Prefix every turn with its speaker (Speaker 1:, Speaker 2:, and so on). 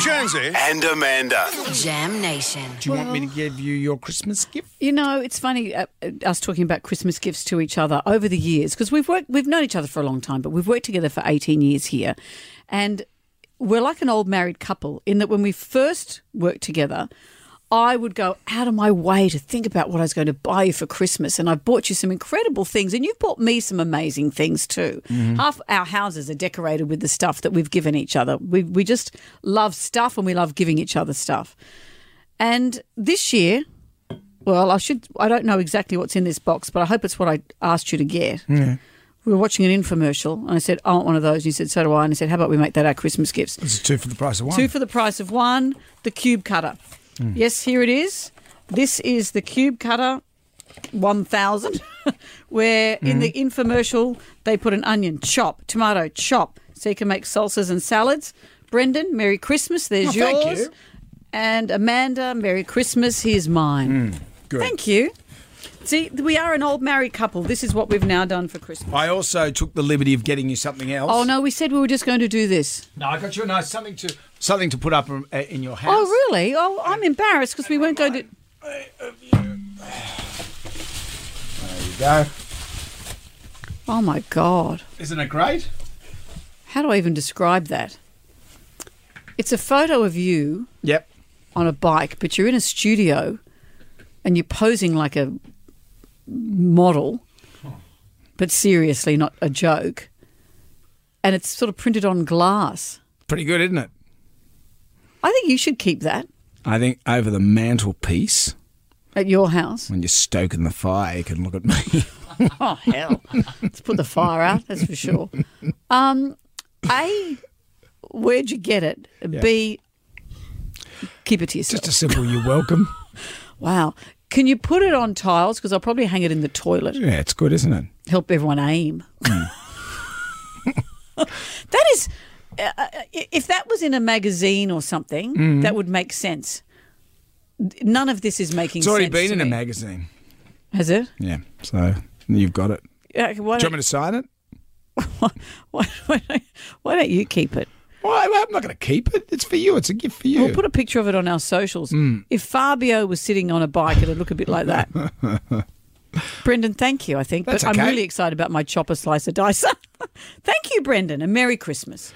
Speaker 1: Jonesy and Amanda.
Speaker 2: Jam Nation.
Speaker 3: Do you want me to give you your Christmas gift?
Speaker 4: You know, it's funny uh, uh, us talking about Christmas gifts to each other over the years because we've worked, we've known each other for a long time, but we've worked together for eighteen years here, and we're like an old married couple in that when we first worked together. I would go out of my way to think about what I was going to buy you for Christmas. And I've bought you some incredible things, and you've bought me some amazing things too. Half our houses are decorated with the stuff that we've given each other. We, we just love stuff and we love giving each other stuff. And this year, well, I should. I don't know exactly what's in this box, but I hope it's what I asked you to get. We were watching an infomercial, and I said, "I want one of those." And he said, "So do I." And I said, "How about we make that our Christmas gifts?
Speaker 3: It's two for the price of one.
Speaker 4: Two for the price of one. The cube cutter.
Speaker 3: Mm.
Speaker 4: Yes, here it is. This is the cube cutter." 1000 where in
Speaker 3: Mm.
Speaker 4: the infomercial they put an onion chop tomato chop so you can make salsas and salads brendan merry christmas there's
Speaker 3: Oh,
Speaker 4: yours
Speaker 3: thank you.
Speaker 4: and amanda merry christmas here's mine
Speaker 3: Mm, Good.
Speaker 4: Thank you. See, we are an old married couple. This is what we've now done for Christmas.
Speaker 3: I also took the liberty of getting you something else.
Speaker 4: Oh no, we said we were just going to do this.
Speaker 3: No, I got you a nice something to something to put up um, uh, in your house.
Speaker 4: Oh really? Oh, I'm embarrassed because we weren't going to.
Speaker 3: Go.
Speaker 4: Oh my god,
Speaker 3: Isn't it great?
Speaker 4: how do I even describe that? It's a photo of you
Speaker 3: Yep.
Speaker 4: on a bike, but you're in a studio, and you're posing like a model, but seriously, not a joke. And it's sort of printed on glass.
Speaker 3: Pretty good, isn't it?
Speaker 4: I think you should keep that
Speaker 3: I think over the mantelpiece,
Speaker 4: at your house.
Speaker 3: when you're stoking the fire, you can look at me.
Speaker 4: Oh hell! Let's put the fire out. That's for sure. Um, a, where'd you get it? B, keep it to yourself.
Speaker 3: Just a simple "you're welcome."
Speaker 4: wow. Can you put it on tiles? Because I'll probably hang it in the toilet.
Speaker 3: Yeah, it's good, isn't it?
Speaker 4: Help everyone aim.
Speaker 3: Hmm.
Speaker 4: that is, uh, uh, if that was in a magazine or something,
Speaker 3: Hmm.
Speaker 4: that would make sense. None of this is making.
Speaker 3: It's already
Speaker 4: sense
Speaker 3: been
Speaker 4: to
Speaker 3: in a
Speaker 4: me.
Speaker 3: magazine.
Speaker 4: Has it?
Speaker 3: Yeah, so you've got it.
Speaker 4: Uh, Why
Speaker 3: Do you want
Speaker 4: don't,
Speaker 3: me to sign it?
Speaker 4: why, why don't- why don't you keep it?
Speaker 3: Well, I'm not going to keep it. It's for you. It's a gift for you. Hmm.
Speaker 4: We'll put a picture of it on our socials. If Fabio was sitting on a bike, it'd look a bit like that. Brendan, thank you, I think.
Speaker 3: That's
Speaker 4: but
Speaker 3: okay.
Speaker 4: I'm really excited about my chopper slicer dicer. thank you, Brendan, and Merry Christmas.